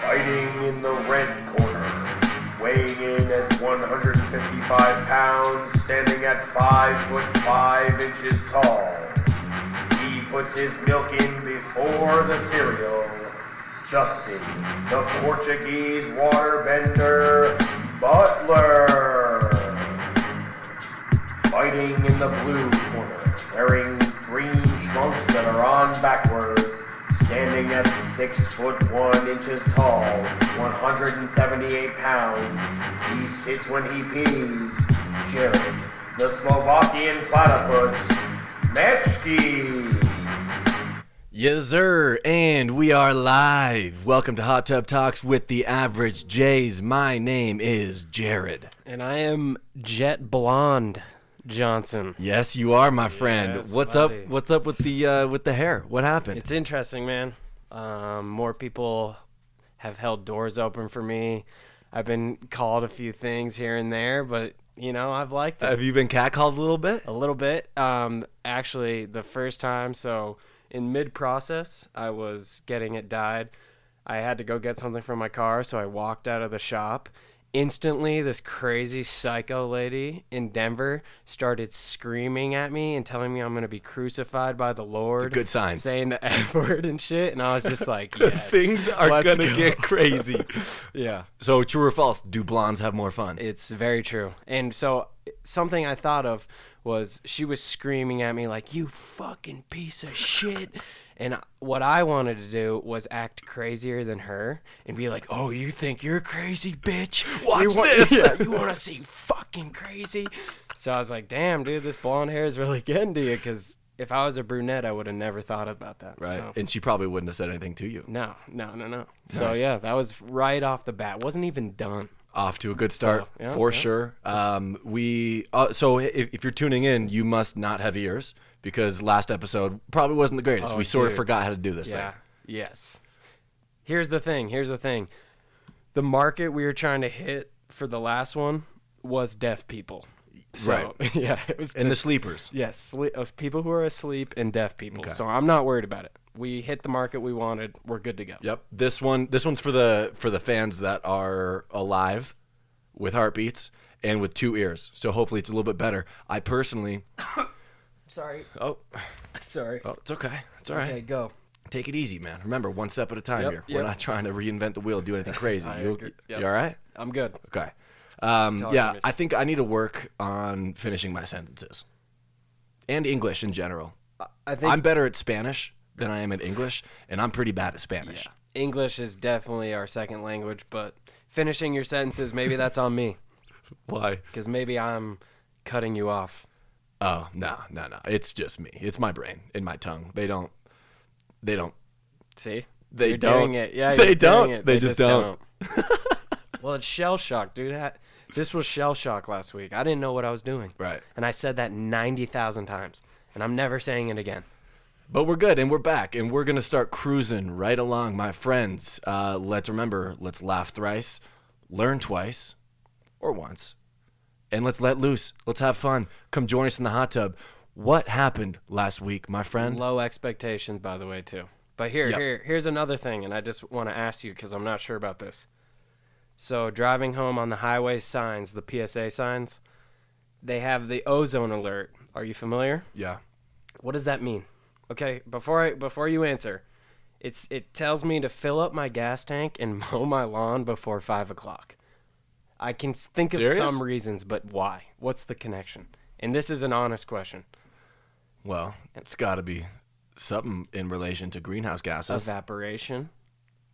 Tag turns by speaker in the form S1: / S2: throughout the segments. S1: fighting in the red corner, weighing in at 155 pounds, standing at 5 foot 5 inches tall. He puts his milk in before the cereal. Justin, the Portuguese waterbender, Butler fighting in the blue corner, wearing green trunks that are on backwards, standing at six foot one inches tall, 178 pounds. He sits when he pees. Jared, the Slovakian platypus, Mechki.
S2: Yes, sir. And we are live. Welcome to Hot Tub Talks with the Average Jays. My name is Jared.
S3: And I am Jet Blonde Johnson.
S2: Yes, you are, my friend.
S3: Yes,
S2: What's
S3: buddy.
S2: up? What's up with the uh, with the hair? What happened?
S3: It's interesting, man. Um, more people have held doors open for me. I've been called a few things here and there, but you know, I've liked it
S2: Have you been catcalled a little bit?
S3: a little bit. Um, actually, the first time, so in mid process, I was getting it dyed. I had to go get something from my car, so I walked out of the shop. Instantly, this crazy psycho lady in Denver started screaming at me and telling me I'm going to be crucified by the Lord.
S2: good sign.
S3: Saying the F word and shit. And I was just like, yes.
S2: Things are
S3: let's
S2: gonna
S3: go."
S2: get crazy.
S3: Yeah.
S2: so, true or false? Do blondes have more fun?
S3: It's very true. And so something I thought of was she was screaming at me like, "You fucking piece of shit." And what I wanted to do was act crazier than her and be like, "Oh, you think you're crazy, bitch?
S2: Watch
S3: you
S2: this."
S3: Yeah, you want to see fucking crazy?" So I was like, "Damn, dude, this blonde hair is really getting to you." Because if I was a brunette, I would have never thought about that.
S2: right.
S3: So.
S2: And she probably wouldn't have said anything to you.
S3: No, no, no, no. So yeah, that was right off the bat. Wasn't even done.
S2: off to a good start
S3: So, yeah,
S2: for
S3: yeah.
S2: sure. Um, we uh, so if, if you're tuning in, you must not have ears because last episode probably wasn't the greatest.
S3: Oh,
S2: we sort of
S3: dude.
S2: forgot how to do this
S3: Yeah.
S2: thing.
S3: Yes. Here's the thing. Here's the thing. The market we were trying to hit for the last one was deaf people. So,
S2: Right.
S3: Yeah. It was.
S2: And the
S3: just-
S2: sleepers.
S3: Yes, sle- uh, people who are asleep and deaf people.
S2: Okay.
S3: So I'm not worried about it. We hit the market we wanted. We're good to go.
S2: Yep. This one this one's for the for the fans that are alive with heartbeats and with two ears. So hopefully it's a little bit better. I personally
S3: Sorry.
S2: Oh,
S3: Sorry.
S2: oh it's okay. It's all right.
S3: Okay, go.
S2: Take it easy, man. Remember, one step at a time
S3: Yep,
S2: here.
S3: yep.
S2: We're not trying to reinvent the wheel, do anything crazy.
S3: I
S2: you,
S3: agree. Yep.
S2: you all right?
S3: I'm good.
S2: Okay. Um,
S3: Talk,
S2: yeah,
S3: Mitch.
S2: I think I need to work on finishing my sentences and English in general.
S3: I think
S2: I'm better at Spanish than I am at English, and I'm pretty bad at Spanish.
S3: English is definitely our second language, but finishing your sentences, maybe that's on me
S2: Why?
S3: because maybe I'm cutting you off.
S2: Oh no, no, no! It's just me. It's my brain and my tongue. They don't. They don't.
S3: See,
S2: They
S3: you're
S2: don't.
S3: Doing it. Yeah,
S2: They
S3: you're
S2: don't.
S3: Doing it.
S2: They just don't.
S3: don't. well, it's shell shock, dude. Ha- This was shell shock last week. I didn't know what I was doing.
S2: Right.
S3: And I said that ninety thousand times, and I'm never saying it again.
S2: But we're good, and we're back, and we're gonna start cruising right along, my friends. Uh, let's remember, let's laugh thrice, learn twice, or once, and let's let loose. Let's have fun. Come join us in the hot tub. What happened last week, my friend?
S3: Low expectations, by the way, too. But here,
S2: Yep.
S3: here, here's another thing, and I just want to ask you because I'm not sure about this. So driving home on the highway signs, the PSA signs, they have the ozone alert. Are you familiar?
S2: Yeah.
S3: What does that mean? Okay, before I before you answer, it's it tells me to fill up my gas tank and mow my lawn before five o'clock. I can s- think of
S2: Serious?
S3: some reasons, but why? What's the connection? And this is an honest question.
S2: Well, it's got to be something in relation to greenhouse gases,
S3: Evaporation.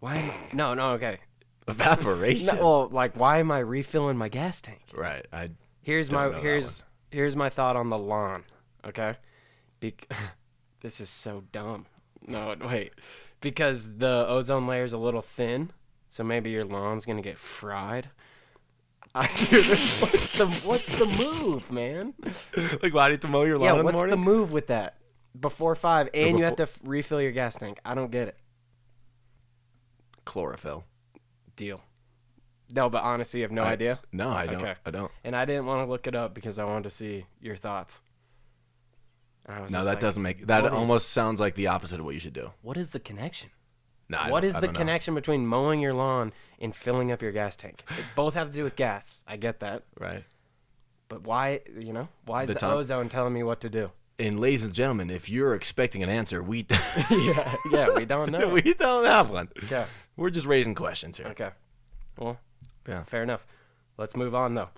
S3: Why? Am I, no, no, okay.
S2: evaporation.
S3: No, well, like, why am I refilling my gas tank?
S2: Right. I.
S3: Here's
S2: Don't know
S3: my
S2: that
S3: here's here's my thought on the lawn. Okay, Bec this is so dumb. No, wait, because the ozone layer's a little thin, so maybe your lawn's gonna get fried. I, what's the what's the move, man?
S2: like, why do you have to mow your lawn
S3: Yeah,
S2: in the
S3: what's the
S2: morning?
S3: move with that? Before five, and you have to
S2: before-
S3: f- refill your gas tank. I don't get it.
S2: Chlorophyll.
S3: Deal. No, but honestly, you have no idea.
S2: No, I don't.
S3: Okay.
S2: I don't.
S3: And I didn't want to look it up because I wanted to see your thoughts. And I was
S2: No,
S3: just
S2: that
S3: like,
S2: doesn't make. That
S3: what is-
S2: almost sounds like the opposite of what you should do.
S3: What is the connection?
S2: Nah, I
S3: what
S2: don't-
S3: is
S2: I
S3: the
S2: don't know.
S3: connection between mowing your lawn and filling up your gas tank? They both have to do with gas. I get that,
S2: Right.
S3: but why? You know, why is
S2: The
S3: the,
S2: time-
S3: ozone telling me what to do?
S2: And ladies and gentlemen, if you're expecting an answer, we
S3: yeah, yeah, we don't know.
S2: we don't have one.
S3: yeah.
S2: We're just raising questions here.
S3: Okay. Well,
S2: Yeah.
S3: fair enough. Let's move on though.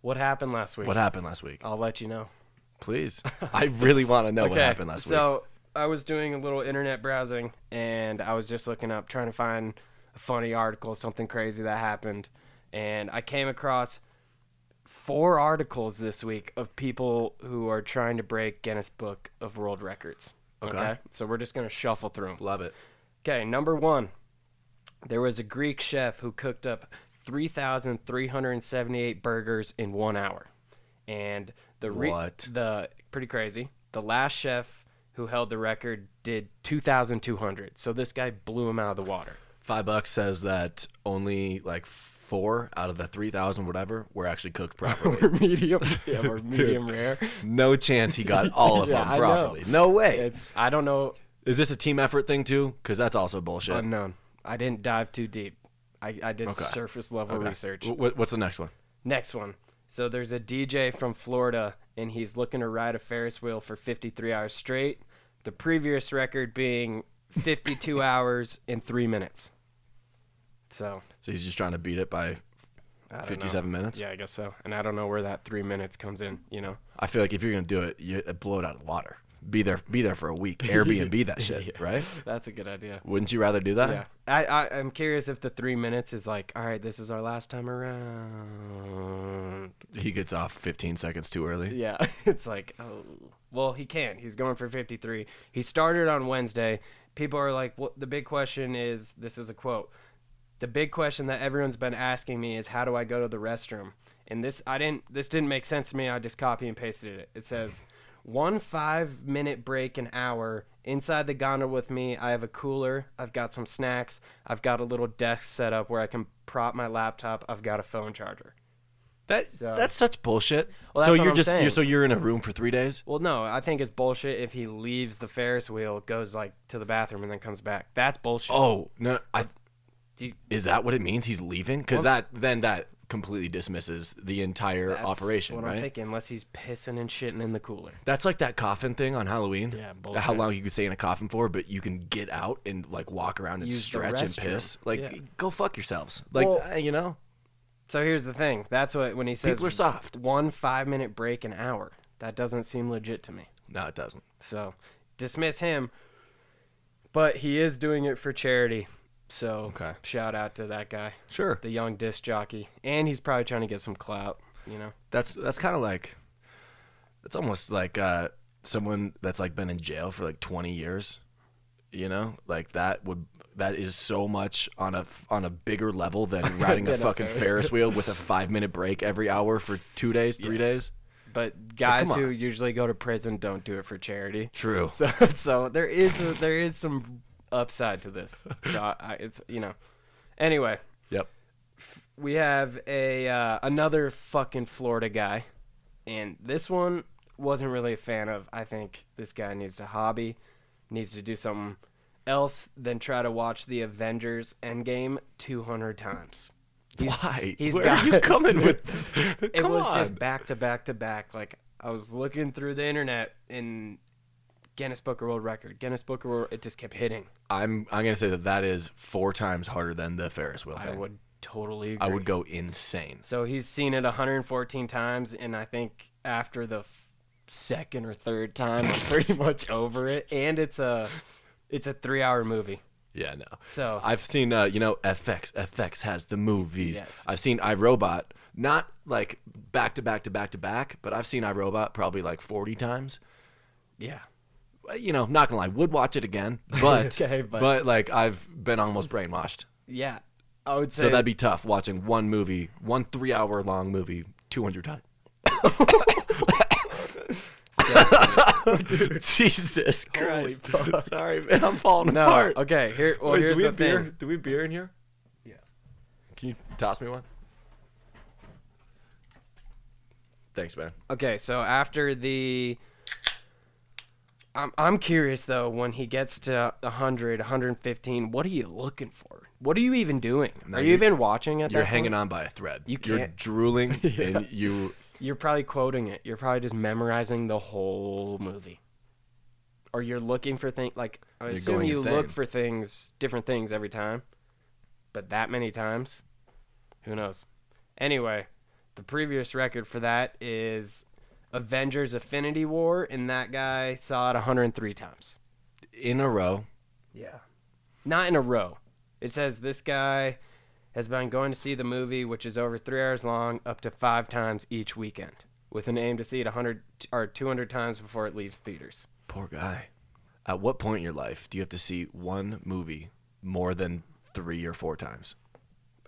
S3: What happened last week?
S2: What happened last week?
S3: I'll let you know.
S2: Please. I really want to know what
S3: Okay,
S2: happened last week.
S3: So I was doing a little internet browsing and I was just looking up trying to find a funny article, something crazy that happened, and I came across four articles this week of people who are trying to break Guinness Book of World Records.
S2: Okay.
S3: So we're just going to shuffle through 'em.
S2: Love it.
S3: Okay, number one. There was a Greek chef who cooked up 3,378 burgers in one hour. And the re-
S2: What?
S3: the pretty crazy. The last chef who held the record did 2,200. So this guy blew him out of the water.
S2: Five Bucks says that only like four out of the 3,000 whatever were actually cooked properly.
S3: medium, yeah, we're medium rare.
S2: no chance he got all of
S3: Yeah, I
S2: them
S3: know.
S2: properly. No way.
S3: It's I don't know
S2: Is this a team effort thing too? Because that's also bullshit.
S3: unknown. I didn't dive too deep. I, I did surface level
S2: Okay.
S3: research.
S2: Wh- wh- what's the next one?
S3: Next one. So there's a DJ from Florida, and he's looking to ride a Ferris wheel for 53 hours straight. The previous record being 52 hours and three minutes. So
S2: So he's just trying to beat it by
S3: I don't know.
S2: 57 minutes.
S3: Yeah, I guess so. And I don't know where that three minutes comes in. You know.
S2: I feel like if you're gonna do it, you uh, blow it out of the water. Be there, be there for a week. Airbnb that shit, right?
S3: That's a good idea.
S2: Wouldn't you rather do that?
S3: Yeah. I, I I'm curious if the three minutes is like, all right, this is our last time around.
S2: He gets off 15 seconds too early.
S3: Yeah, it's like, oh, well, he can't. He's going for 53. He started on Wednesday. People are like, what? The big question is this is a quote. The big question that everyone's been asking me is how do I go to the restroom? And this I didn't this didn't make sense to me. I just copy and pasted it. It says, one five minute break an hour inside the gondola with me. I have a cooler. I've got some snacks. I've got a little desk set up where I can prop my laptop. I've got a phone charger.
S2: That
S3: So-
S2: that's such bullshit.
S3: Well,
S2: so
S3: that's what
S2: you're
S3: I'm
S2: just
S3: saying.
S2: you're, so you're in a room for three days.
S3: Well, no, I think it's bullshit if he leaves the Ferris wheel, goes like to the bathroom, and then comes back. That's bullshit.
S2: Oh no, I,
S3: Do you-
S2: is that what it means? He's leaving because that then that completely dismisses the entire
S3: that's
S2: operation,
S3: What
S2: right?
S3: I'm thinking, unless he's pissing and shitting in the cooler.
S2: That's like that coffin thing on Halloween.
S3: Yeah, bullshit.
S2: How long you can stay in a coffin for, but you can get out and like walk around and
S3: Use the
S2: stretch and
S3: restroom.
S2: piss. Like,
S3: Yeah.
S2: go fuck yourselves. Like,
S3: Well-
S2: uh, you know,
S3: So here's the thing. That's what when he says
S2: People are soft.
S3: One five minute break an hour. That doesn't seem legit to me.
S2: no, it doesn't.
S3: So dismiss him. But he is doing it for charity. So
S2: Okay.
S3: shout out to that guy,
S2: Sure,
S3: the young disc jockey, and he's probably trying to get some clout. You know.
S2: that's that's kind of like, it's almost like uh, someone that's like been in jail for like 20 years. You know, like that would that is so much on a f- on a bigger level than riding a
S3: Than a
S2: fucking
S3: Ferris
S2: Ferris wheel with a five minute break every hour for two days, three
S3: Yes.
S2: days.
S3: But guys
S2: come
S3: who
S2: on.
S3: usually go to prison don't do it for charity.
S2: True.
S3: So so there is a, there is some upside to this. So I, I, it's you know. Anyway,
S2: Yep.
S3: we have a uh, another fucking Florida guy, and this one wasn't really a fan of. I think this guy needs a hobby, needs to do something else than try to watch the Avengers Endgame 200 times. He's-
S2: Why?
S3: he's
S2: Where
S3: got-
S2: are you coming with?
S3: it
S2: Come
S3: was
S2: on.
S3: just back to back to back. Like I was looking through the internet and Guinness Book of World Record, Guinness Book of World. It just kept hitting.
S2: I'm I'm gonna say that that is four times harder than the Ferris wheel
S3: I
S2: thing.
S3: would totally. Agree.
S2: I would go insane.
S3: So he's seen it 114 times, and I think after the f- second or third time, I'm pretty much over it. And it's a, it's a three-hour movie.
S2: Yeah, no.
S3: So
S2: I've seen uh, you know FX. FX has the movies.
S3: Yes.
S2: I've seen iRobot, not like back to back to back to back, but I've seen iRobot probably like 40 times.
S3: yeah,
S2: Uh, You know, not gonna lie, would watch it again, but
S3: Okay, but-
S2: like I've been almost brainwashed.
S3: yeah. I would say
S2: So that'd be tough watching one movie, one three hour long movie, 200 times. Jesus Christ. Sorry, man. I'm falling
S3: no.
S2: apart.
S3: Okay, here. Well, here's the
S2: beer?
S3: thing.
S2: Do we have beer in here?
S3: Yeah.
S2: Can you toss me one? Thanks, man.
S3: Okay, so after the I'm, I'm curious though when he gets to 100 115 what are you looking for what are you even doing are you
S2: you-
S3: even watching at
S2: You're
S3: that
S2: hanging
S3: point?
S2: on by a thread.
S3: You
S2: You're
S3: can't-
S2: drooling and you
S3: you're probably quoting it you're probably just memorizing the whole movie or you're looking for things like I
S2: You're
S3: assume
S2: going
S3: you
S2: insane.
S3: look for things different things every time but that many times who knows anyway the previous record for that is Avengers Affinity War and that guy saw it 103 times
S2: in a row.
S3: Yeah. Not in a row. It says this guy has been going to see the movie, which is over three hours long, up to five times each weekend, with an aim to see it 100 t- or 200 times before it leaves theaters.
S2: Poor guy. At what point in your life do you have to see one movie more than three or four times?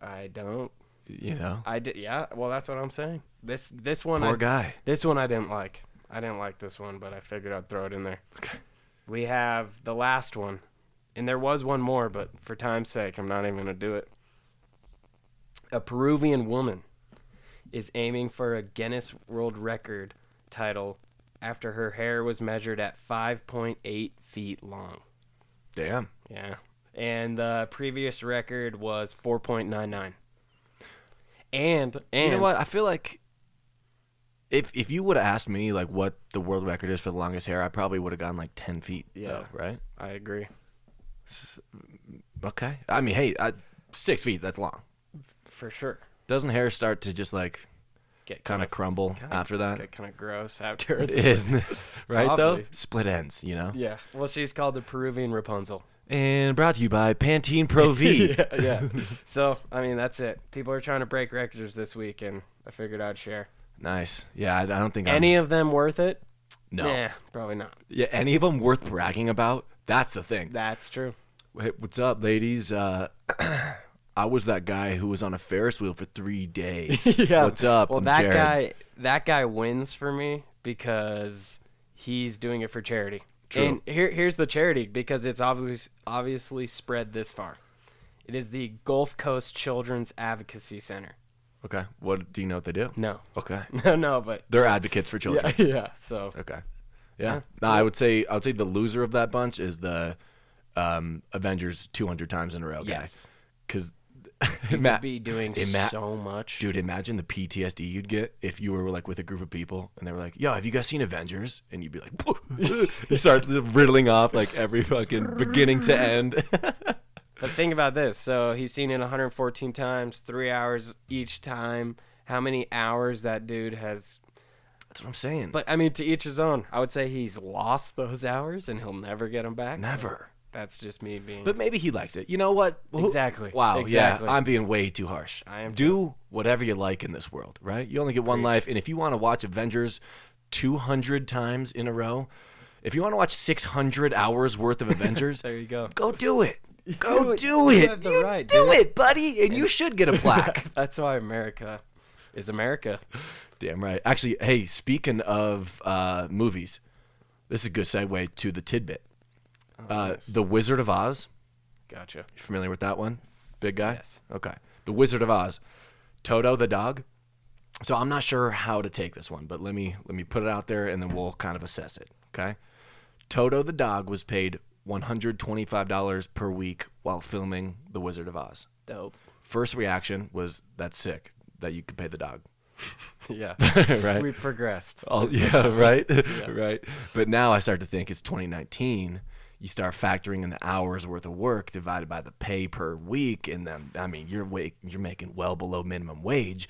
S3: I don't.
S2: You know,
S3: I did. Yeah. Well, that's what I'm saying. This this one.
S2: poor
S3: I,
S2: guy.
S3: This one I didn't like. I didn't like this one, but I figured I'd throw it in there. We have the last one, and there was one more, but for time's sake, I'm not even gonna do it. A Peruvian woman is aiming for a Guinness World Record title after her hair was measured at 5.8 feet long.
S2: Damn.
S3: Yeah. And the previous record was 4.99. And and
S2: you know what? I feel like if if you would have asked me like what the world record is for the longest hair, I probably would have gone like ten feet.
S3: Yeah.
S2: though, right.
S3: I agree.
S2: Okay. I mean, hey, I, six feet. That's long.
S3: For sure.
S2: Doesn't hair start to just like
S3: Get
S2: kind of crumble after that?
S3: get kind of gross after
S2: It Isn't it? right though?
S3: Probably.
S2: Split ends, you know.
S3: Yeah. Well, she's called the Peruvian Rapunzel.
S2: And brought to you by Pantene Pro V.
S3: yeah, yeah. So, I mean, that's it. People are trying to break records this week, and I figured I'd share.
S2: Nice. Yeah, I, I don't think
S3: Any
S2: I'm,
S3: of them worth it?
S2: Um, no.
S3: Nah, probably not.
S2: Yeah, any of them worth bragging about? That's the thing.
S3: That's true.
S2: Hey, what's up, ladies? Uh, I was that guy who was on a Ferris wheel for three days. What's up?
S3: Well,
S2: I'm
S3: that
S2: Jared.
S3: guy, that guy wins for me because he's doing it for charity.
S2: True.
S3: And here, here's the charity because it's obviously obviously spread this far. It is the Gulf Coast Children's Advocacy Center.
S2: Okay. What do you know what they do?
S3: No,
S2: Okay.
S3: no, no, but
S2: They're advocates for children.
S3: yeah, yeah. So
S2: Okay. Yeah. No, I would say I would say the loser of that bunch is the um, Avengers 200 times in a row guy.
S3: yes,
S2: Because
S3: You'd be doing
S2: ima-
S3: so much.
S2: dude, imagine the PTSD you'd get if you were like with a group of people and they were like, "Yo, have you guys seen Avengers?" And you'd be like, you start riddling off like every fucking beginning to end.
S3: But think about this. So he's seen it 114 times, three hours each time. How many hours that dude has?
S2: That's what I'm saying.
S3: But I mean, to each his own. I would say he's lost those hours, and he'll never get them back.
S2: never.
S3: That's just me being.
S2: But maybe he likes it. You know what? Who-
S3: Exactly.
S2: Wow.
S3: Exactly.
S2: Yeah, I'm being way too harsh.
S3: I am
S2: Do whatever you like in this world, right? You only get one life, and if you want to watch Avengers 200 times in a row, if you want to watch 600 hours worth of Avengers,
S3: there you go.
S2: go do it. Go
S3: it.
S2: do
S3: You
S2: it.
S3: have the
S2: You
S3: right,
S2: do
S3: dude.
S2: it, buddy, and you should get a plaque.
S3: That's why America is America.
S2: Damn right. Actually, hey, speaking of uh, movies, this is a good segue to the tidbit.
S3: Oh,
S2: uh, The Wizard of Oz.
S3: Gotcha.
S2: You familiar with that one? Big guy?
S3: Yes.
S2: Okay. The Wizard of Oz. Toto the dog. So I'm not sure how to take this one, but let me let me put it out there and then we'll kind of assess it. Okay. Toto the dog was paid $125 per week while filming The Wizard of Oz.
S3: Dope.
S2: First reaction was that's sick that you could pay the dog.
S3: Yeah.
S2: right.
S3: We progressed.
S2: Oh yeah, right, right. But now I start to think it's 2019. You start factoring in the hours worth of work divided by the pay per week, and then I mean you're wa- you're making well below minimum wage.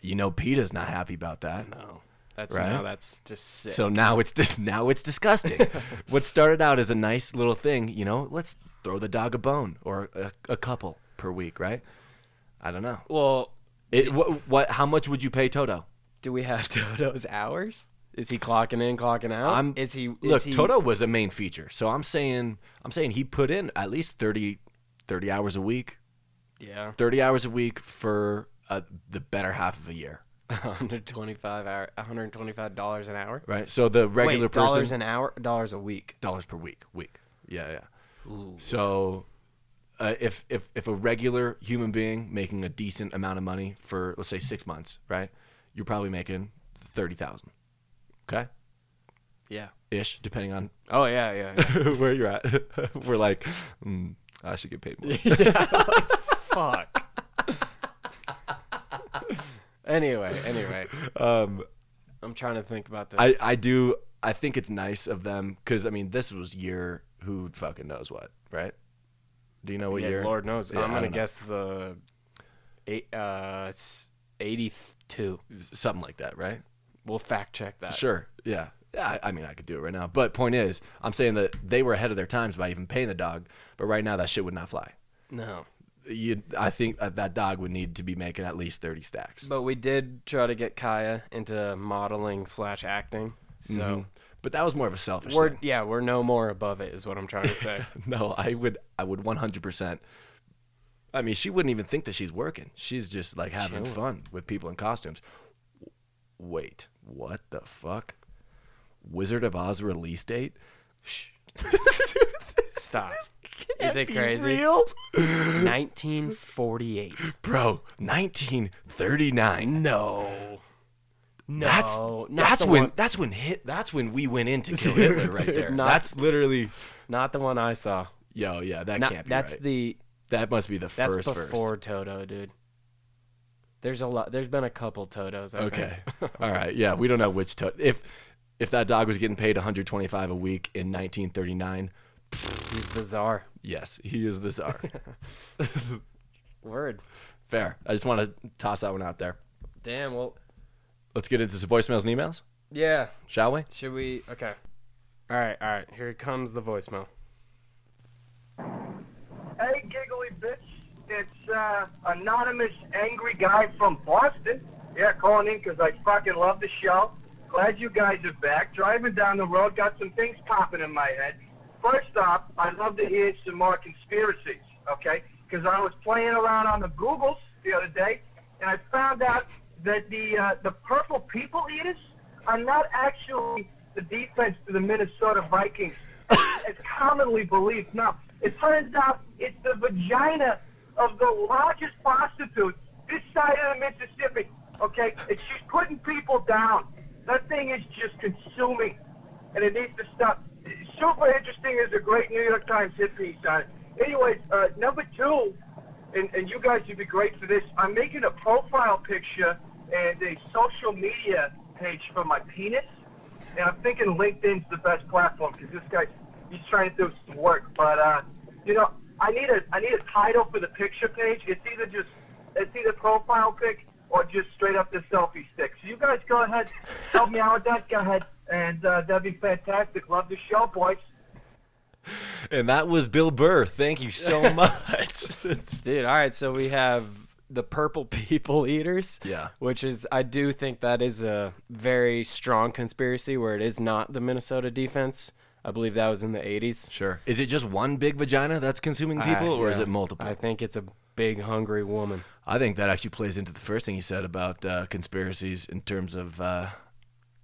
S2: You know, Peta's not happy about that.
S3: No. That's
S2: Right?
S3: now. That's just sick.
S2: So now it's dis- now it's disgusting. what started out as a nice little thing, you know, let's throw the dog a bone or a, a couple per week, right? I don't know.
S3: well,
S2: It, what, what? How much would you pay Toto?
S3: do we have Toto's hours? Is he clocking in, clocking out?
S2: I'm
S3: is he? Is
S2: look
S3: he,
S2: Toto was a main feature, so I'm saying I'm saying he put in at least 30, 30 hours a week,
S3: Yeah.
S2: thirty hours a week for uh, the better half of a year,
S3: 125 hour 125 dollars an hour
S2: right? So the regular
S3: Wait,
S2: person
S3: dollars an hour dollars a week
S2: dollars per week, week, yeah, yeah. So uh, if if if a regular human being making a decent amount of money for let's say six months, right? You're probably making thirty thousand. Okay,
S3: yeah
S2: ish, depending on
S3: Oh yeah, yeah. yeah.
S2: where you're at. We're like, mm, I should get paid more.
S3: Fuck. anyway, anyway.
S2: Um,
S3: I'm trying to think about this.
S2: I, I do. I think it's nice of them because I mean, this was year who fucking knows what, right? Do you know what
S3: yeah,
S2: year?
S3: Lord knows.
S2: Yeah,
S3: I'm
S2: I
S3: gonna
S2: don't know.
S3: guess the eight, uh, it's 82.
S2: something like that, right?
S3: We'll fact check that.
S2: Sure. Yeah. Yeah, I, I mean, I could do it right now. But point is, I'm saying that they were ahead of their times by even paying the dog. But right now, that shit would not fly.
S3: No.
S2: You, I think that that dog would need to be making at least 30 stacks.
S3: But we did try to get Kaya into modeling slash acting. So
S2: Mhm. but that was more of a selfish
S3: we're
S2: thing.
S3: yeah we're no more above it is what I'm trying to say.
S2: No, I would, I would 100%. I mean, she wouldn't even think that she's working. She's just like having
S3: Chilling.
S2: fun with people in costumes. W- Wait, what the fuck? Wizard of Oz release date?
S3: Stop. is it crazy?
S2: Real?
S3: 1948.
S2: Bro, 1939.
S3: No. No.
S2: That's
S3: not
S2: that's
S3: the
S2: when
S3: one-
S2: that's when hit that's when we went in to kill Hitler right there.
S3: Not-
S2: that's literally
S3: not the one I saw.
S2: yo yeah that
S3: Not-
S2: can't be
S3: that's
S2: right.
S3: the
S2: that must be the
S3: That's
S2: first
S3: before Toto, dude. There's a lot. There's been a couple Totos. I
S2: first.
S3: think.
S2: Okay, all right, yeah, we don't know which to- if if that dog was getting paid 125 a week in 1939.
S3: he's the czar.
S2: Yes, he is the czar.
S3: Word.
S2: Fair. I just want to toss that one out there.
S3: Damn. Well.
S2: Let's get into some voicemails and emails,
S3: Yeah.
S2: shall we?
S3: Should we? Okay. All right. All right. Here comes the voicemail.
S4: Hey, giggly bitch. It's uh, anonymous angry guy from Boston. Yeah, calling in 'cause I fucking love the show. Glad you guys are back. Driving down the road, got some things popping in my head. First off, I'd love to hear some more conspiracies, okay? 'Cause I was playing around on the Googles the other day, and I found out that the uh, the purple people eaters are not actually the defense to the Minnesota Vikings as commonly believed. Now, it turns out it's the vagina of the largest prostitute this side of the Mississippi. Okay, and she's putting people down. That thing is just consuming, and it needs to stop. Super interesting. There's a great New York Times hit piece on it. Anyways, uh, number two, and, and you guys would be great for this. I'm making a profile picture and a social media page for my penis. And I'm thinking LinkedIn's the best platform because this guy, he's trying to do some work. But uh, you know, I need a I need a title for the picture page. It's either just it's either profile pic or just straight up the selfie stick. So you guys go ahead, help me out with that. Go ahead, and uh, that'd be fantastic. Love the show, boys.
S2: And that was Bill Burr. Thank you so much.
S3: Dude. All right. So we have the purple people eaters.
S2: Yeah.
S3: Which is I do think that is a very strong conspiracy where it is not the Minnesota defense. I believe that was in the 80s.
S2: sure. Is it just one big vagina that's consuming people,
S3: I-
S2: or is
S3: yeah.
S2: it multiple?
S3: I think it's a big hungry woman.
S2: I think that actually plays into the first thing you said about uh, conspiracies in terms of. Uh,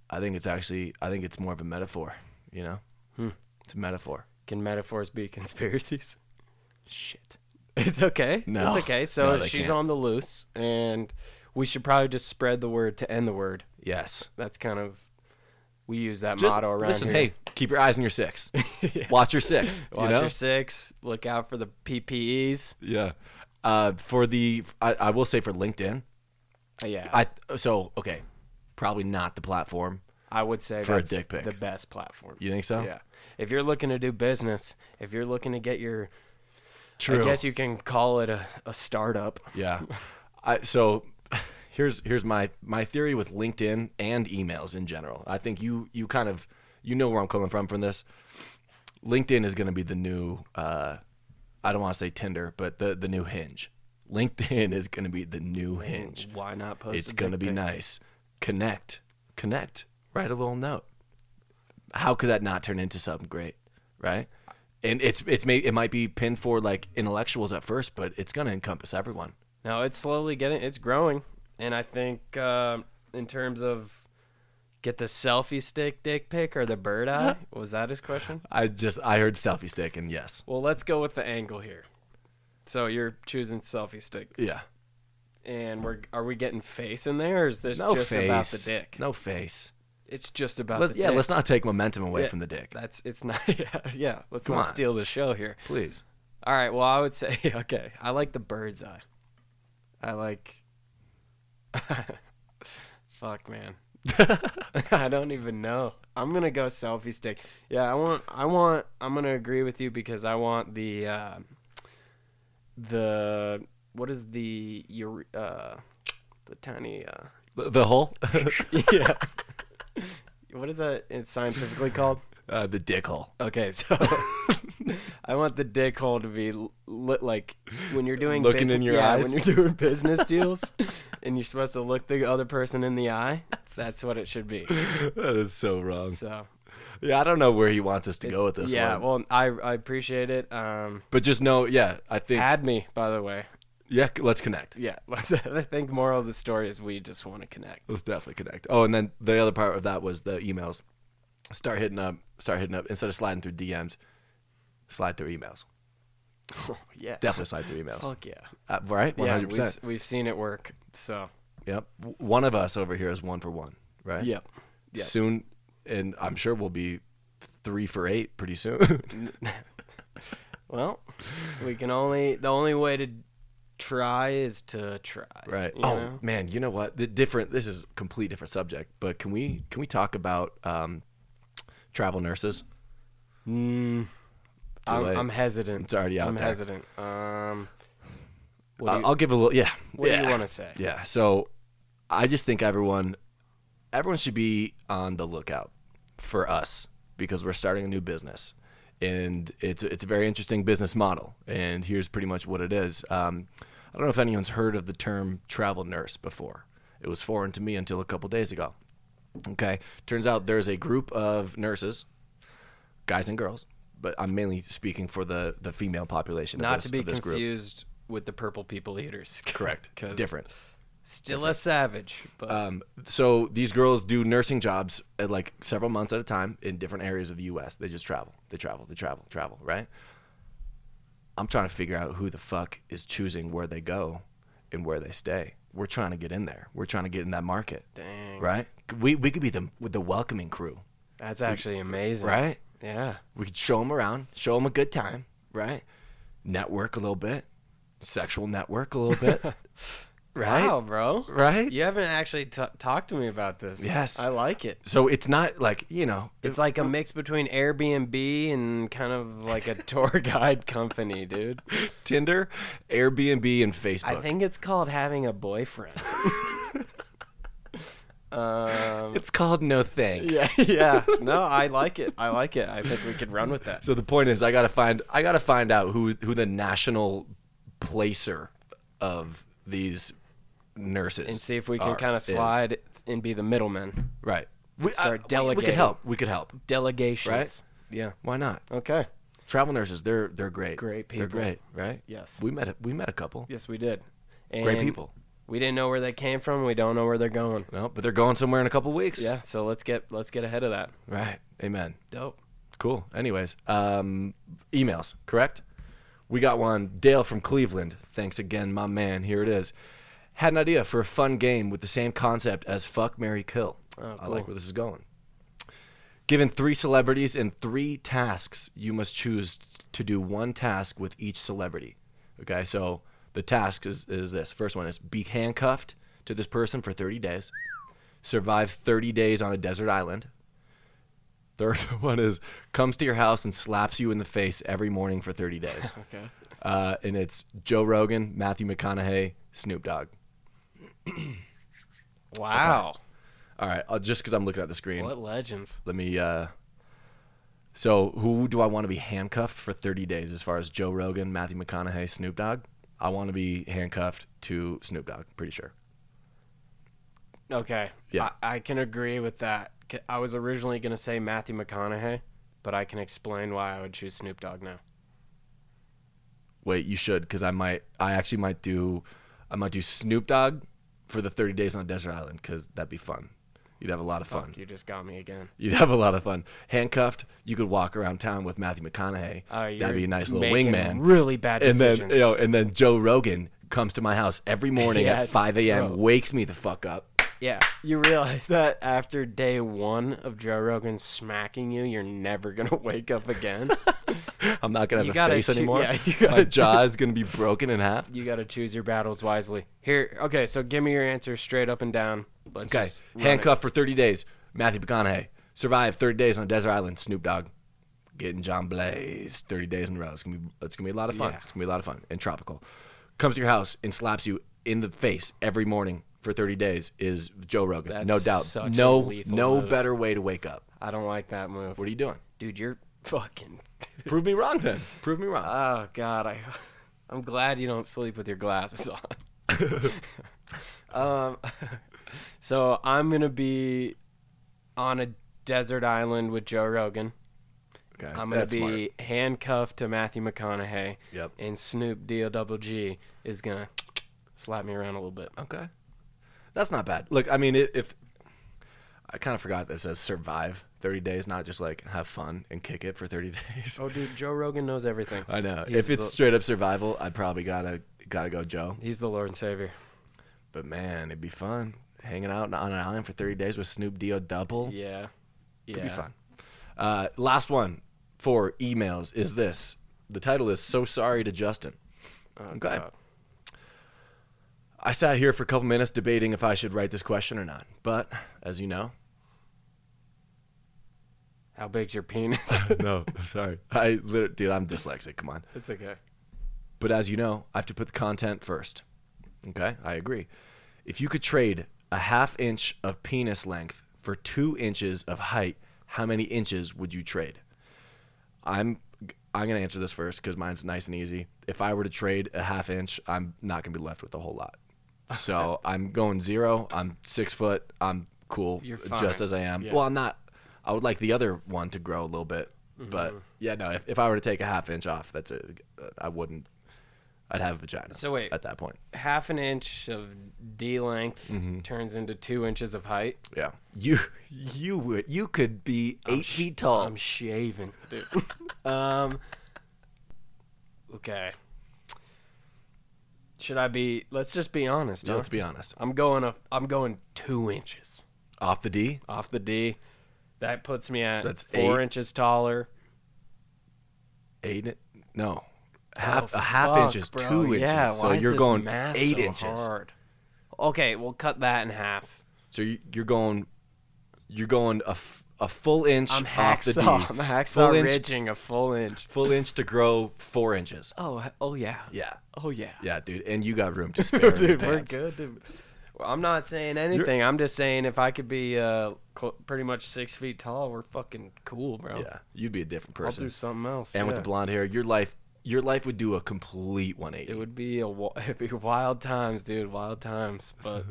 S2: I think it's actually. I think it's more of a metaphor. You know, it's a metaphor.
S3: Can metaphors be conspiracies?
S2: Shit.
S3: It's okay.
S2: No.
S3: It's okay. So
S2: No, they
S3: she's
S2: can't.
S3: on the loose, and we should probably just spread the word to end the word.
S2: Yes.
S3: That's kind of we use that
S2: Just
S3: motto around
S2: listen.
S3: here.
S2: Hey, keep your eyes on your six. Watch your six. you
S3: watch
S2: know?
S3: your six. Look out for the PPEs.
S2: Yeah. Uh, for the, I, I will say for LinkedIn,
S3: Uh, yeah, I,
S2: I so okay, probably not the platform.
S3: would say
S2: For a
S3: that's
S2: dick pic.
S3: the best platform.
S2: You think so?
S3: Yeah. If you're looking to do business, if you're looking to get your,
S2: True.
S3: I guess you can call it a, a startup.
S2: Yeah. I so here's here's my my theory with LinkedIn and emails in general. I think you you kind of you know where I'm coming from from this. LinkedIn is going to be the new uh I don't want to say Tinder, but the the new Hinge. LinkedIn is going to be the new Hinge.
S3: Why not post?
S2: It's
S3: a
S2: going to
S3: dick
S2: be
S3: pic?
S2: nice. Connect. Connect. Write a little note. How could that not turn into something great, right? And it's it's may it might be pinned for like intellectuals at first, but it's going to encompass everyone.
S3: No, it's slowly getting, it's growing, and I think um in terms of get the selfie stick dick pic or the bird eye. was that his question?
S2: I just I heard selfie stick and yes.
S3: Well, let's go with the angle here. So you're choosing selfie stick,
S2: Yeah.
S3: and we're are we getting face in there, or is this just about the dick?
S2: No face.
S3: It's just about
S2: Let's,
S3: the
S2: yeah,
S3: dick.
S2: let's not take momentum away
S3: Yeah,
S2: from the dick,
S3: That's it's not. Yeah, yeah. Let's
S2: Come
S3: not
S2: on.
S3: steal the show here.
S2: please.
S3: All right. Well, I would say okay. I like the bird's eye. I like. Fuck, man. I don't even know. I'm gonna go selfie stick. Yeah, I want. I want. I'm gonna agree with you because I want the. Uh, the what is the your uh, the tiny uh,
S2: The, the hole,
S3: yeah. what is that? It's scientifically called.
S2: uh, the dick hole.
S3: Okay, so I want the dick hole to be l- li- like when you're doing
S2: Looking
S3: busi-
S2: in your
S3: yeah,
S2: eyes?
S3: when you're doing business deals, and you're supposed to look the other person in the eye. That's what it should be.
S2: that is so wrong.
S3: So
S2: Yeah, I don't know where he wants us to
S3: it's-
S2: go with this
S3: yeah,
S2: one.
S3: well, I I appreciate it. Um,
S2: but just know, yeah, I think,
S3: add me by the way.
S2: yeah, c- let's connect.
S3: Yeah, I think moral of the story is we just want to connect.
S2: Let's definitely connect. Oh, and then the other part of that was the emails. Start hitting up, start hitting up instead of sliding through DMs, slide through emails.
S3: Oh, yeah,
S2: Definitely slide through emails.
S3: Fuck yeah,
S2: Uh, right, one
S3: yeah.
S2: hundred percent.
S3: We've, we've seen it work. So
S2: Yep. W- One of us over here is one for one, right?
S3: yep. Yep.
S2: Soon, and I'm sure we'll be three for eight pretty soon.
S3: Well, we can only the only way to try is to try.
S2: right.
S3: you
S2: oh
S3: know?
S2: man, you know what? The different. This is a complete different subject, but can we can we talk about um, travel nurses? Too
S3: I'm,
S2: late.
S3: I'm hesitant.
S2: It's already out
S3: I'm
S2: there.
S3: hesitant. Um, what do
S2: I'll,
S3: you,
S2: I'll give a little. Yeah.
S3: what do you
S2: yeah.
S3: want to say?
S2: Yeah. So I just think everyone everyone should be on the lookout for us because we're starting a new business and it's it's a very interesting business model and here's pretty much what it is. Um, I don't know if anyone's heard of the term travel nurse before. It was foreign to me until a couple days ago. Okay. Turns out there's a group of nurses, guys and girls, but I'm mainly speaking for the, the female population.
S3: Not
S2: of this,
S3: to be
S2: of this group.
S3: confused with the purple people eaters.
S2: Correct.
S3: 'Cause
S2: Different.
S3: Still a savage, but
S2: Um, so these girls do nursing jobs at like several months at a time in different areas of the U.S. They just travel, they travel, they travel, travel. Right? I'm trying to figure out who the fuck is choosing where they go and where they stay. We're trying to get in there. We're trying to get in that market.
S3: dang,
S2: Right? We we could be the with the welcoming crew.
S3: that's actually amazing.
S2: Right?
S3: Yeah.
S2: We could show them around, show them a good time. Right? Network a little bit, sexual network a little bit. right?
S3: Wow, bro.
S2: Right?
S3: You haven't actually t- talked to me about this.
S2: Yes.
S3: I like it.
S2: So it's not like you know.
S3: It's like a mix between Airbnb and kind of like a tour guide company, dude.
S2: Tinder, Airbnb, and Facebook.
S3: I think it's called having a boyfriend. um,
S2: it's called No Thanks.
S3: yeah, yeah. No, I like it. I like it. I think we could run with that.
S2: So the point is, I gotta find I gotta find out who who the national placer of these nurses
S3: And see if we can
S2: are-
S3: kind of
S2: is.
S3: slide and be the middleman.
S2: right. We, we-
S3: start
S2: We
S3: delegating.
S2: could help. We could help.
S3: Delegations.
S2: Right.
S3: Yeah.
S2: Why not?
S3: Okay.
S2: Travel nurses, they're they're great.
S3: Great
S2: They're
S3: people.
S2: great, right?
S3: Yes.
S2: We met a, we met a couple.
S3: Yes, we did. And
S2: Great people.
S3: We didn't know where they came from. We don't know where they're going.
S2: No, but they're going somewhere in a couple weeks.
S3: Yeah. So let's get let's get ahead of that.
S2: Right. Amen.
S3: Dope.
S2: Cool. Anyways, um, emails, correct? We got one. Dale from Cleveland. Thanks again, my man. Here it is. Had an idea for a fun game with the same concept as Fuck Mary Kill.
S3: Oh,
S2: I
S3: cool.
S2: like where this is going. Given three celebrities and three tasks, you must choose to do one task with each celebrity. Okay, so the task is, is this. First one is be handcuffed to this person for 30 days, survive 30 days on a desert island. Third one is comes to your house and slaps you in the face every morning for 30 days.
S3: Okay.
S2: Uh, and it's Joe Rogan, Matthew McConaughey, Snoop Dogg.
S3: Wow.
S2: All right, I'll, just because I'm looking at the screen,
S3: What legends?
S2: let me. Uh, so, who do I want to be handcuffed for 30 days as far as Joe Rogan, Matthew McConaughey, Snoop Dogg? I want to be handcuffed to Snoop Dogg, pretty sure.
S3: Okay.
S2: Yeah.
S3: I, I can agree with that. C- I was originally going to say Matthew McConaughey, but I can explain why I would choose Snoop Dogg now.
S2: Wait, you should, because I might, I actually might do, I might do Snoop Dogg for the 30 days on a desert island, because that'd be fun. You'd have a lot of fun.
S3: Fuck, you just got me again.
S2: You'd have a lot of fun. Handcuffed, you could walk around town with Matthew McConaughey.
S3: Uh, you're
S2: That'd be a nice little
S3: making
S2: wingman.
S3: Really bad
S2: and then
S3: decisions.
S2: you know, and then Joe Rogan comes to my house every morning
S3: Yeah,
S2: at 5 a.m.
S3: bro.
S2: wakes me the fuck up.
S3: Yeah, you realize that after day one of Joe Rogan smacking you, you're never gonna wake up again.
S2: I'm not gonna
S3: You
S2: have a
S3: gotta
S2: face
S3: choo-
S2: anymore.
S3: yeah, you
S2: My
S3: gotta
S2: jaw is gonna be broken in half.
S3: you gotta choose your battles wisely. Here, okay, so give me your answer straight up and down. Let's
S2: Okay,
S3: just run it.
S2: handcuffed for 30 days. Matthew McConaughey survived 30 days on a desert island. Snoop Dogg getting John Blaze 30 days in a row. It's gonna be it's gonna be a lot of fun.
S3: Yeah.
S2: It's gonna be a lot of fun and tropical. Comes to your house and slaps you in the face every morning for 30 days is Joe Rogan.
S3: That's
S2: no doubt.
S3: such a
S2: no
S3: lethal
S2: no
S3: move.
S2: better way to wake up.
S3: I don't like that move.
S2: What are you doing?
S3: Dude, you're fucking.
S2: Prove me wrong then. Prove me wrong.
S3: Oh God, I. I'm glad you don't sleep with your glasses on. um, so I'm gonna be on a desert island with Joe Rogan.
S2: okay,
S3: I'm gonna
S2: that's
S3: be
S2: smart.
S3: handcuffed to Matthew McConaughey.
S2: Yep.
S3: And Snoop D O double G is gonna slap me around a little bit.
S2: Okay. That's not bad. Look, I mean, i if I kind of forgot that it says survive 30 days, not just like have fun and kick it for 30 days.
S3: Oh, dude, Joe Rogan knows everything.
S2: I know.
S3: He's
S2: if it's
S3: the-
S2: straight up survival, I probably gotta gotta go Joe.
S3: He's the Lord and Savior.
S2: But man, it'd be fun hanging out on an island for 30 days with Snoop Dio double.
S3: Yeah. Yeah.
S2: It'd be fun. Uh, last one for emails is this. The title is "So Sorry to Justin." okay.
S3: Oh, God.
S2: I sat here for a couple minutes debating if I should write this question or not, but as you know,
S3: How big's your penis?
S2: no, sorry. I literally, dude, I'm dyslexic. Come on.
S3: it's okay.
S2: But as you know, I have to put the content first. Okay, I agree. If you could trade a half inch of penis length for two inches of height, how many inches would you trade? I'm I'm gonna answer this first because mine's nice and easy. If I were to trade a half inch, I'm not gonna be left with a whole lot. So I'm going zero. I'm six foot. I'm cool,
S3: You're
S2: just
S3: fine.
S2: as I am.
S3: Yeah.
S2: Well, I'm not. I would like the other one to grow a little bit, but
S3: Mm-hmm.
S2: yeah, no. If, if I were to take a half inch off, that's a, I wouldn't. I'd have a vagina.
S3: So wait.
S2: at that point,
S3: Half an inch of D length
S2: Mm-hmm.
S3: turns into two inches of height.
S2: yeah, you you would you could be 8 feet tall.
S3: I'm shaving, dude. um. Okay. Should I be? Let's just be honest.
S2: Yeah,
S3: huh?
S2: let's be honest.
S3: I'm going. A, I'm going two inches
S2: Off the D,
S3: off the D. That puts me at
S2: that's
S3: four
S2: eight.
S3: inches taller.
S2: eight. in- No, half
S3: Oh,
S2: a half
S3: fuck,
S2: inch is
S3: bro.
S2: two inches.
S3: Yeah,
S2: so
S3: why is
S2: you're
S3: this
S2: going
S3: math
S2: eight
S3: so
S2: inches.
S3: hard? Okay, we'll cut that in half.
S2: So you, you're going, you're going a, f- a full inch
S3: I'm
S2: off the D.
S3: hacksaw. I'm
S2: full
S3: hacksaw
S2: inch,
S3: ridging a full inch.
S2: full inch to grow four inches.
S3: Oh, he- oh yeah.
S2: Yeah,
S3: Oh yeah.
S2: yeah, dude, and you got room to spare. in your
S3: dude, we're
S2: pants.
S3: good. Dude. Well, I'm not saying anything. I'm just saying if I could be uh, cl- pretty much six feet tall, we're fucking cool, bro.
S2: Yeah, you'd be a different
S3: I'll
S2: person.
S3: do something else.
S2: and with
S3: yeah.
S2: the blonde hair, your life your life would do a complete
S3: It
S2: 180.
S3: would be a wi- it'd be wild times, dude. Wild times, but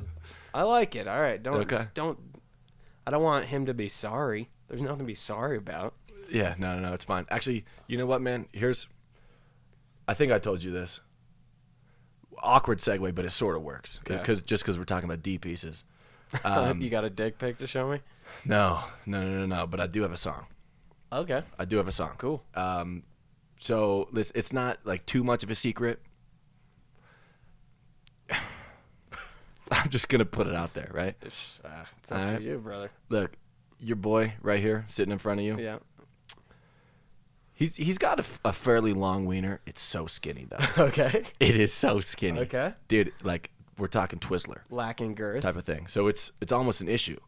S3: I like it. All right, don't
S2: Okay.
S3: don't. I don't want him to be sorry. There's nothing to be sorry about.
S2: yeah, no, no, no, it's fine. Actually, you know what, man? Here's I think I told you this. Awkward segue, but it sort of works
S3: Okay.
S2: because just because we're talking about D pieces.
S3: you got a dick pic to show me?
S2: No, no, no, no, no. But I do have a song.
S3: Okay,
S2: I do have a song.
S3: cool.
S2: Um, so this it's not like too much of a secret. I'm just gonna put it out there, right?
S3: It's, uh, it's up
S2: Alright.
S3: to you, brother.
S2: Look, your boy right here, sitting in front of you.
S3: Yeah.
S2: He's he's got a, f- a fairly long wiener. It's so skinny though.
S3: Okay.
S2: it is so skinny.
S3: Okay.
S2: dude. Like we're talking Twizzler
S3: Lacking girth.
S2: type of thing. So it's it's almost an issue.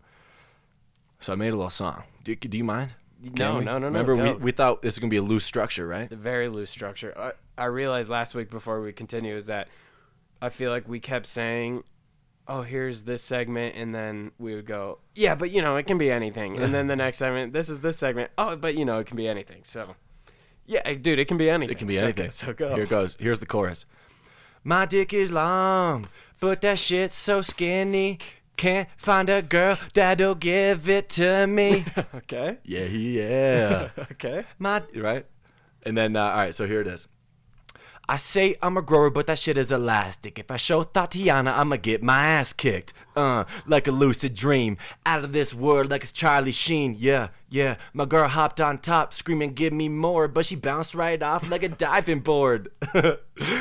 S2: So I made a little song. Do, do you mind? Can
S3: no,
S2: we?
S3: no, no, no.
S2: Remember,
S3: go.
S2: we we thought this was gonna be a loose structure, right?
S3: the very loose structure. I, I realized last week before we continue is that I feel like we kept saying, "Oh, here's this segment," and then we would go, "Yeah, but you know, it can be anything." And then the next segment, "This is this segment." Oh, but you know, it can be anything. So, yeah, dude, it can be anything.
S2: It can be
S3: So-
S2: anything.
S3: So go.
S2: Here goes. Here's the chorus. My dick is long, but that shit's so skinny. Can't find a girl that'll give it to me.
S3: okay.
S2: yeah, yeah.
S3: Okay.
S2: uh, My right. And then uh, all right, so here it is. I say I'm a grower, but that shit is elastic. If I show Tatiana, I'ma get my ass kicked. Uh, like a lucid dream. Out of this world, like it's Charlie Sheen. Yeah, yeah. My girl hopped on top, screaming, give me more, but she bounced right off like a diving board.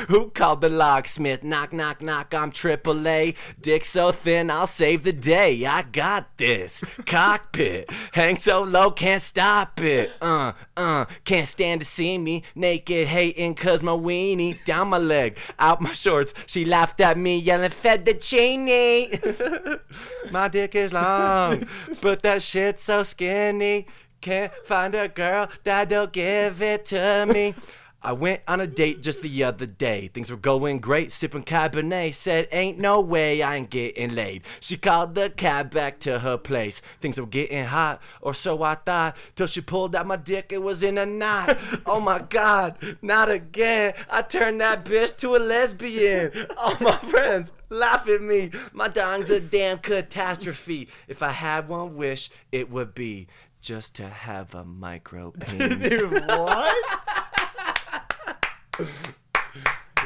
S2: Who called the locksmith? Knock, knock, knock, I'm triple A. Dick so thin, I'll save the day. I got this. Cockpit. Hang so low, can't stop it. Uh, uh, can't stand to see me. Naked hating, cause my weenie down my leg, out my shorts. She laughed at me, yelling, Fed the Cheney. my dick is long, but that shit's so skinny. Can't find a girl that'll give it to me. I went on a date just the other day. Things were going great, sipping Cabernet. Said, Ain't no way I ain't getting laid. She called the cab back to her place. Things were getting hot, or so I thought, till she pulled out my dick. It was in a knot. oh my god, not again. I turned that bitch to a lesbian. All my friends laugh at me. My dong's a damn catastrophe. If I had one wish, it would be just to have a micro penis.
S3: Dude, what?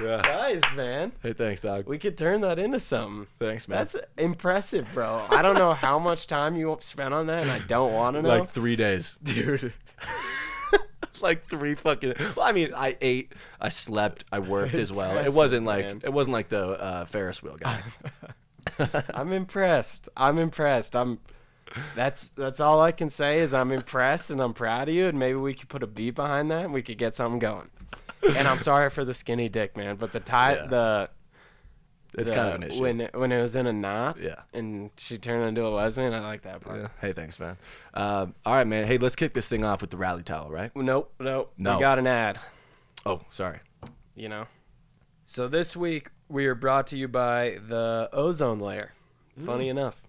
S2: yeah.
S3: nice, man.
S2: Hey, thanks, dog.
S3: We could turn that into something.
S2: Thanks, man.
S3: That's impressive, bro. I don't know how much time you spent on that, and I don't want to know.
S2: like three days, dude. like three fucking. Well, I mean, I ate, I slept, I worked as well. It
S3: Impressive,
S2: wasn't like
S3: man.
S2: it wasn't like the uh, Ferris wheel guy.
S3: I'm impressed. I'm impressed. I'm. That's that's all I can say is I'm impressed and I'm proud of you and maybe we could put a B behind that and we could get something going. And I'm sorry for the skinny dick, man, but the tie
S2: Yeah.
S3: the
S2: It's
S3: the-
S2: kind of an issue.
S3: when it, when it was in a knot.
S2: Yeah.
S3: And she turned into a lesbian. I like that part.
S2: Yeah. Hey, thanks, man. Um, all right, man. Hey, let's kick this thing off with the rally towel, right?
S3: Nope, nope.
S2: No.
S3: We got an ad.
S2: Oh, sorry.
S3: you know. So this week we are brought to you by the ozone layer. Funny enough,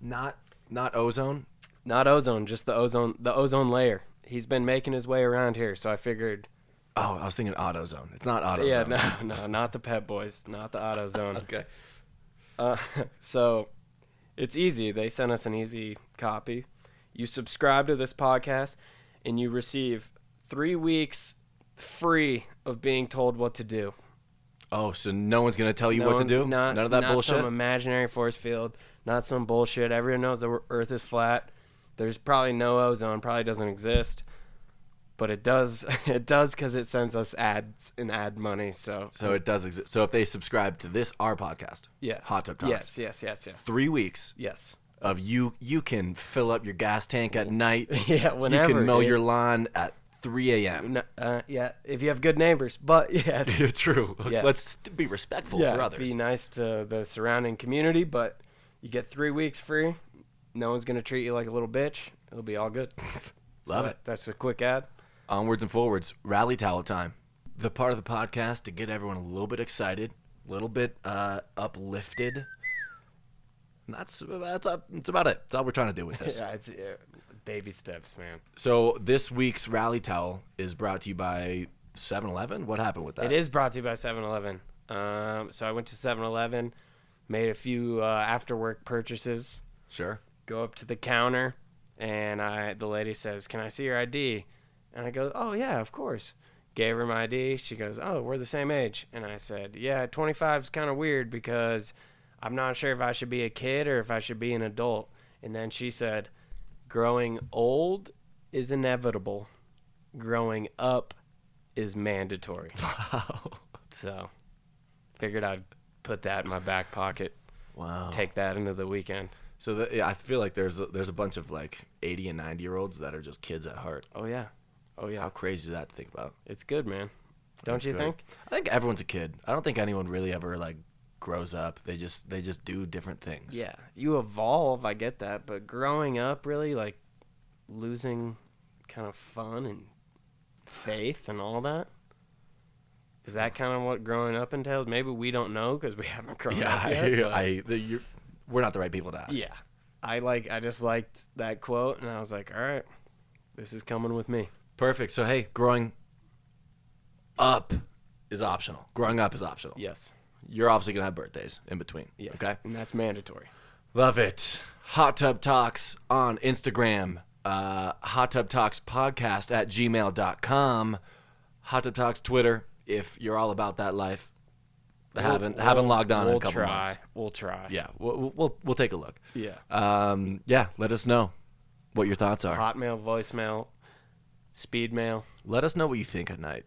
S2: Not not ozone.
S3: not ozone, just the ozone, the ozone layer. He's been making his way around here, so I figured,
S2: Oh, I was thinking AutoZone. It's not AutoZone.
S3: yeah, no, no, not the Pet Boys, not the AutoZone.
S2: Okay.
S3: Uh, so it's easy. They sent us an easy copy. You subscribe to this podcast and you receive three weeks free of being told what to do.
S2: Oh, so no one's gonna tell you
S3: No
S2: what to
S3: one's-
S2: do.
S3: Not,
S2: None of that
S3: not
S2: bullshit.
S3: Some imaginary force field. Not some bullshit. Everyone knows the Earth is flat. There's probably no ozone. Probably doesn't exist. But it does. It does because it sends us ads and ad money. So
S2: So it does exist. So if they subscribe to this our podcast,
S3: yeah.
S2: Hot Tub Talks,
S3: Yes. Yes. Yes. Yes.
S2: three weeks
S3: Yes.
S2: of you you can fill up your gas tank at night.
S3: Yeah. Whenever.
S2: you can mow
S3: dude.
S2: your lawn at 3 a.m.
S3: No, uh, yeah. If you have good neighbors, but yes.
S2: Yeah, True.
S3: Yes.
S2: Let's be respectful
S3: yeah.
S2: for others.
S3: Be nice to the surrounding community, but you get three weeks free. No one's gonna treat you like a little bitch. It'll be all good.
S2: Love
S3: But
S2: it.
S3: That's a quick ad.
S2: Onwards and forwards. Rally towel time. The part of the podcast to get everyone a little bit excited, a little bit uh, uplifted. And That's that's that's about it. That's all we're trying to do with this.
S3: Yeah, it's uh, baby steps, man.
S2: So this week's rally towel is brought to you by 7-Eleven. What happened with that?
S3: It is brought to you by 7-Eleven. Um, so I went to 7-Eleven, made a few uh, after-work purchases,
S2: Sure.
S3: go up to the counter, and I the lady says, "Can I see your ID?" And I go, "Oh yeah, of course." Gave her my ID. She goes, "Oh, we're the same age." And I said, "Yeah, 25 is kind of weird because I'm not sure if I should be a kid or if I should be an adult." And then she said, "Growing old is inevitable. Growing up is mandatory."
S2: Wow.
S3: So, figured I'd put that in my back pocket.
S2: Wow.
S3: Take that into the weekend.
S2: So the, yeah, I feel like there's a, there's a bunch of like 80 and 90 year olds that are just kids at heart.
S3: Oh yeah, oh yeah.
S2: How crazy is that to think about?
S3: It's good, man. Don't you
S2: Good.
S3: think?
S2: I think everyone's a kid. I don't think anyone really ever like grows up. They just they just do different things.
S3: Yeah, you evolve. I get that, but growing up, really like losing kind of fun and faith and all that. Is that kind of what growing up entails? Maybe we don't know because we haven't grown
S2: Yeah.
S3: up yet. but-
S2: I, I the, you're, we're not the right people to ask.
S3: yeah. I like. I just liked that quote, and I was like, all right, this is coming with me.
S2: Perfect. So hey, growing up is optional. Growing up is optional.
S3: Yes.
S2: You're obviously gonna have birthdays in between.
S3: Yes.
S2: Okay.
S3: And that's mandatory.
S2: Love it. Hot Tub Talks on Instagram. Uh, Hot Tub Talks podcast at gmail.com. Hot Tub Talks Twitter if you're all about that life. I
S3: We'll-
S2: haven't haven't logged on in
S3: we'll
S2: a couple
S3: try.
S2: months.
S3: We'll try.
S2: Yeah, we'll, we'll we'll take a look.
S3: Yeah.
S2: Um, yeah, let us know what your thoughts are.
S3: Hotmail, voicemail, speed mail.
S2: Let us know what you think at night.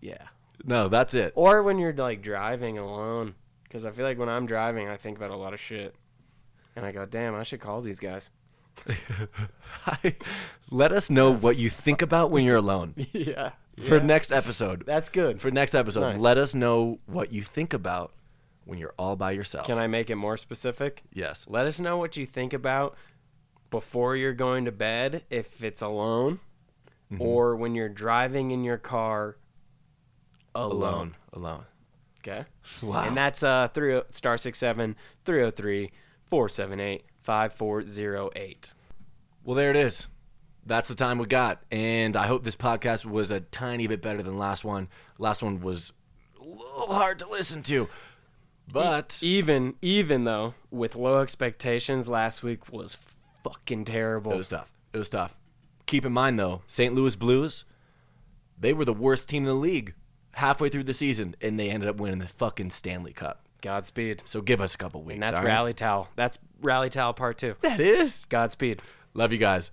S3: Yeah.
S2: No, that's it.
S3: Or when you're like driving alone, because I feel like when I'm driving, I think about a lot of shit, and I go, "Damn, I should call these guys."
S2: let us know what you think about when you're alone
S3: yeah.
S2: for next episode.
S3: That's good.
S2: For next episode,
S3: Nice.
S2: let us know what you think about when you're all by yourself.
S3: Can I make it more specific?
S2: Yes.
S3: Let us know what you think about before you're going to bed if it's alone
S2: Mm-hmm.
S3: or when you're driving in your car alone.
S2: Alone. Alone.
S3: Okay.
S2: Wow.
S3: And that's uh three star six seven three oh three four seven eight five four zero eight.
S2: Well, there it is. That's the time we got. And I hope this podcast was a tiny bit better than last one. Last one was a little hard to listen to. But
S3: E- Even even though with low expectations last week was fucking terrible.
S2: it was tough. It was tough. Keep in mind, though, St. Louis Blues, they were the worst team in the league halfway through the season, and they ended up winning the fucking Stanley Cup.
S3: Godspeed.
S2: So give us a couple weeks.
S3: And that's
S2: all right?
S3: rally towel. That's rally towel part two.
S2: That is.
S3: Godspeed.
S2: Love you guys.